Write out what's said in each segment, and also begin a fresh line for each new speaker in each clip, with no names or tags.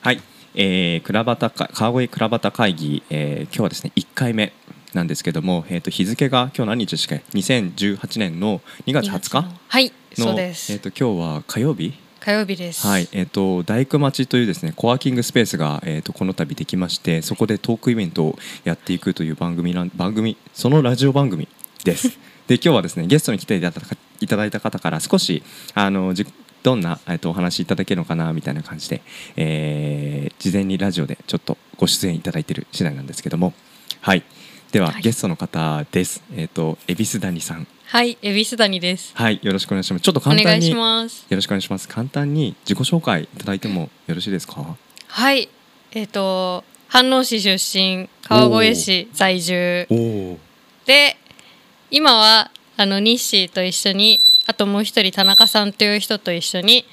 はい、えー、倉端会川越倉端会議、えー、今日はですね1回目なんですけども、えー、と日付が今日何日でしたっけ2018年の2月20日の
はい、そうです。
えー、と今日は火曜日
火曜日です。
はい、えっ、と大工町というですねコワーキングスペースがえっ、とこの度できまして、そこでトークイベントをやっていくという番組なん番組そのラジオ番組 です。で今日はですねゲストに来ていただいただいた方から少しあのじどんなえっ、とお話いただけるのかなみたいな感じで、えー事前にラジオでちょっとご出演いただいている次第なんですけども、はい。では、
はい
ゲストの方です。えっ、と恵比寿谷さん、
はい、恵比寿谷です。
はい、よろしくお願いします。ちょっと
お
簡
願
単
い
に
します。
よろしくお願いします。簡単に自己紹介いただいてもよろしいですか。
はい、えっ、と飯能市出身、川越市在住
おお、
で、今はあの日誌と一緒に、あともう一人田中さんという人と一緒に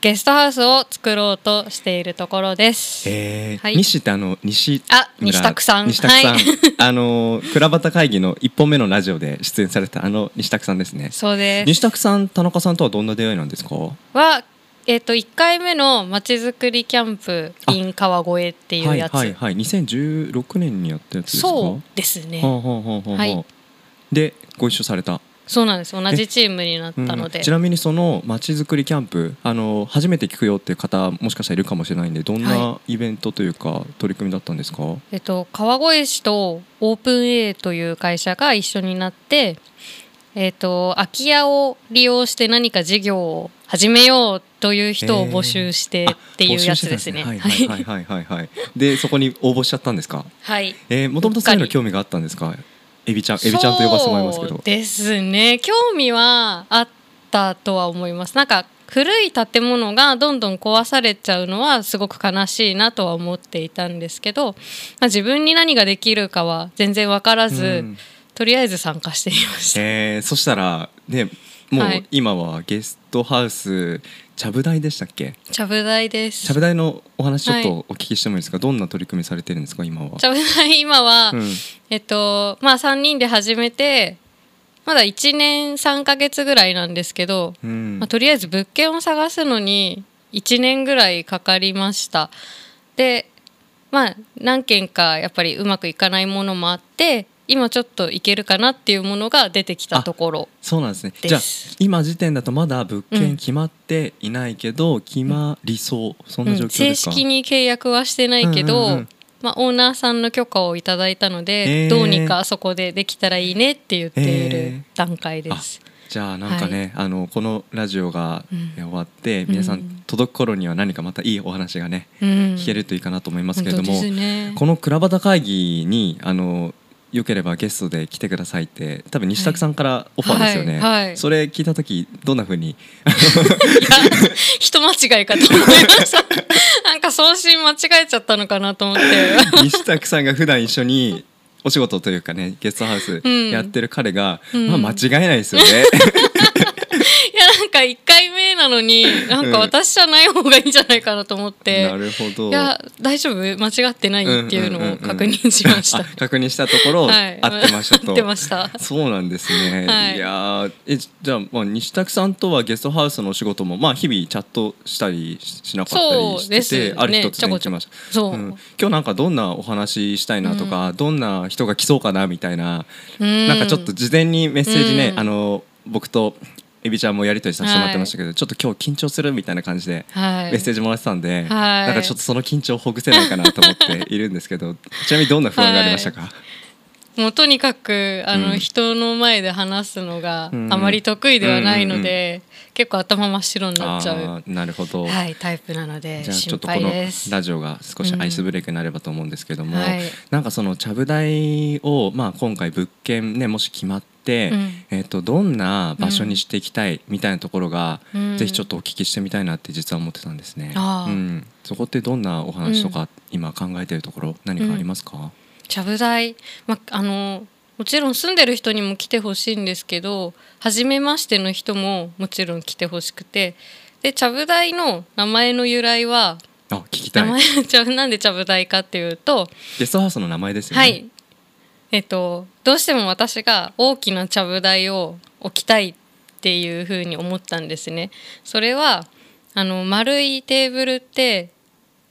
ゲストハウスを作ろうとしているところです。
えー
はい
西ってあの西
あ、
村
西拓さん。
西拓さん、
はい、
あの倉端会議の一本目のラジオで出演されたあの西拓さんですね。
そうです。
西拓さん、田中さんとはどんな出会いなんですか。
は。えっと1回目のまちづくりキャンプ in 川越っていうやつ、
はいはいはい。2016年にやったやつですか。
そうですね、
はあはあはあはあ
はい
でご一緒された。
そうなんです同じチームになったので、
うんちなみにそのまちづくりキャンプあの初めて聞くよっていう方もしかしたらいるかもしれないんでどんな
は
イベントというか取り組みだったんですか、
えっと、川越市とオープン A という会社が一緒になって、えっと、空き家を利用して何か事業を始めようという人を募集して
あ
っていうやつですね。
募集してたんですねはいはいはいはいはいでそこに応募しちゃったんですか
はい
えー、もともとそういうの興味があったんですかエビちゃんエビちゃんと呼ばせてもらいますけ
そ
ど
うですね興味はあったとは思いますなんか古い建物がどんどん壊されちゃうのはすごく悲しいなとは思っていたんですけど、まあ、自分に何ができるかは全然分からず、
うん
とりあえず参加してみました、
えーそしたらねもう
はい
今はゲストハウスちゃぶ台でしたっけ
ちゃぶ台です
ちゃぶ台のお話ちょっ
は
とお聞きしてもいいですか、どんな取り組みされてるんですか今は
ちゃぶ台今は、
うん
えっとまあ3人で始めてまだ1年3ヶ月ぐらいなんですけど、
うん
まあ、とりあえず物件を探すのに1年ぐらいかかりましたでまあ何件かやっぱりうまくいかないものもあって今ちょっといけるかなっていうものが出てきたところ
そうなんですね
です
じゃあ今時点だとまだ物
う
件
ん
決まっていないけど、決まりそうそんな状
う
況
ん
で
正
すか、
式に契約はしてないけど、
うんうんうん
まあ、オーナーさんの許可をいただいたの
へ
で、
ー
どうにかそこでできたらいいねって言っている段階です。
じゃあなんかね、あのこのラジオが
うん
終わって、
うん
皆さん届く頃には何かまたいいお話がね、
うん
聞けるといいかなと思いますけれども、
本当ですね
この倉端会議にあのよければゲストで来てくださいって多分西拓さんからオファーですよね、
はいはい
それ聞いた時どんな風 に
いや 人間違いかと思いま した。なんか送信間違えちゃったのかなと思って。
西拓さんが普段一緒にお仕事というかねゲストハウス
うん
やってる彼が、
うん
まあ間違いないですよ ね。
いやなんか一回目なのになんか私じゃない方がいいんじゃないかなと思って。
なるほど。
いや大丈夫間違ってないっていうのを確認しました。
あ確認したところ、
はい
合ってましたと。
合ってました
そうなんですね。、
はいい
やーえじゃあまあ西拓さんとはゲストハウスのお仕事もまあ日々チャットしたりししなかったり
そう
して
です
て、
ね
ある一つ
ちょ
ね
こ
行
ち
き
ょこ
ました。
そう、
うん、今日なんかどんなお話ししたいなとか、どんな人が来そうかなみたいな、
うん
なんかちょっと事前にメッセージね、
うん
あの僕とエビちゃんもやり取りさせてもらってましたけど、ちょっと今日緊張するみたいな感じで
はい
メッセージもらってたんで、
はい
なんかちょっとその緊張をほぐせないかなと思っているんですけどちなみにどんな不安がありましたか、
もうとにかくあの、
うん
人の前で話すのが
うん
あまり得意ではないので、結構頭真っ白になっちゃう
あーなるほど、
はいタイプなので
じゃあちょ
心
っとこ
配
の
です。
ラジオが少しアイスブレイクになればと思うんですけども、
うんはい
なんかそのちゃぶ台を、まあ、今回物件ねもし決まって、
うん
えっとどんな場所にしていきたいみたいなところが、
うん
ぜひちょっとお聞きしてみたいなって実は思ってたんですね。
あー
うん、そこってどんなお話とか、今考えてるところ何かありますか、
ちゃぶ台、まあのもちろん住んでる人にも来てほしいんですけど初めましての人ももちろん来てほしくてでちゃぶ台の名前の由来は
あ聞きた
名
い
前、 ちゃぶなんでちゃぶ台かっていうと、
ゲストハウスの名前ですよね。
はいえっとどうしても私が大きなちゃぶ台を置きたいっていうふうに思ったんですね。それはあの丸いテーブルって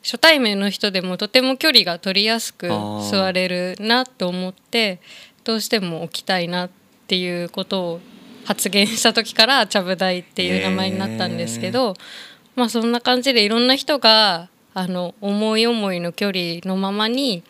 初対面の人でもとても距離が取りやすく
あー
座れるなと思ってどうしても置きたいなっていうことを発言した時からちゃぶ台っていう名前になったんですけど、まあそんな感じでいろんな人があの思い思いの距離のままに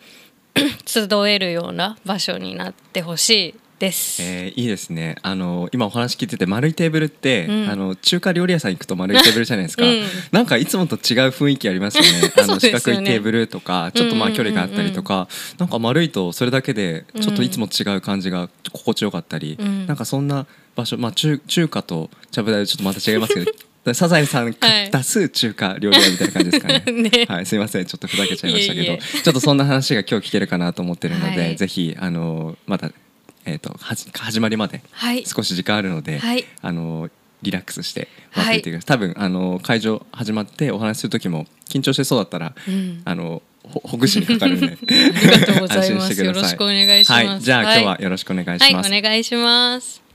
集えるような場所になってほしいです。
えーいいですねあの今お話聞いてて丸いテーブルって、
うん
あの中華料理屋さん行くと丸いテーブルじゃないですか、
うん
なんかいつもと違う雰囲気ありますよ ねあ
そ
の
うです
四
よね
角いテーブルとかちょっとま
う
あ
ん
距離があったりとか、なんか丸いとそれだけでちょっといつも違う感じが心地よかったり、
うん
なんかそんな場所、まあ、中中華とちゃぶ台はちょっとまた違います けどサザエさん
はい
出す中華料理屋みたいな感じですかね。
ね
はい、すいませんちょっとふざけちゃいましたけど
いえいえ
ちょっとそんな話が今日聞けるかなと思ってるので、
はい
ぜひあのまだ、えー、とはじ始まりまで
はい、
少し時間あるので、
はい
あのリラックスして待っていてください、多分あの会場始まってお話しする時も緊張してそうだったら、
うん
あのほほぐしにかかるんで
ありがとうござい
安心
ま
して
す。
く
よ
ださい
ろしくお願いします。
はい、じゃあ、今日はよろしくお願いします、
はい、お願いします。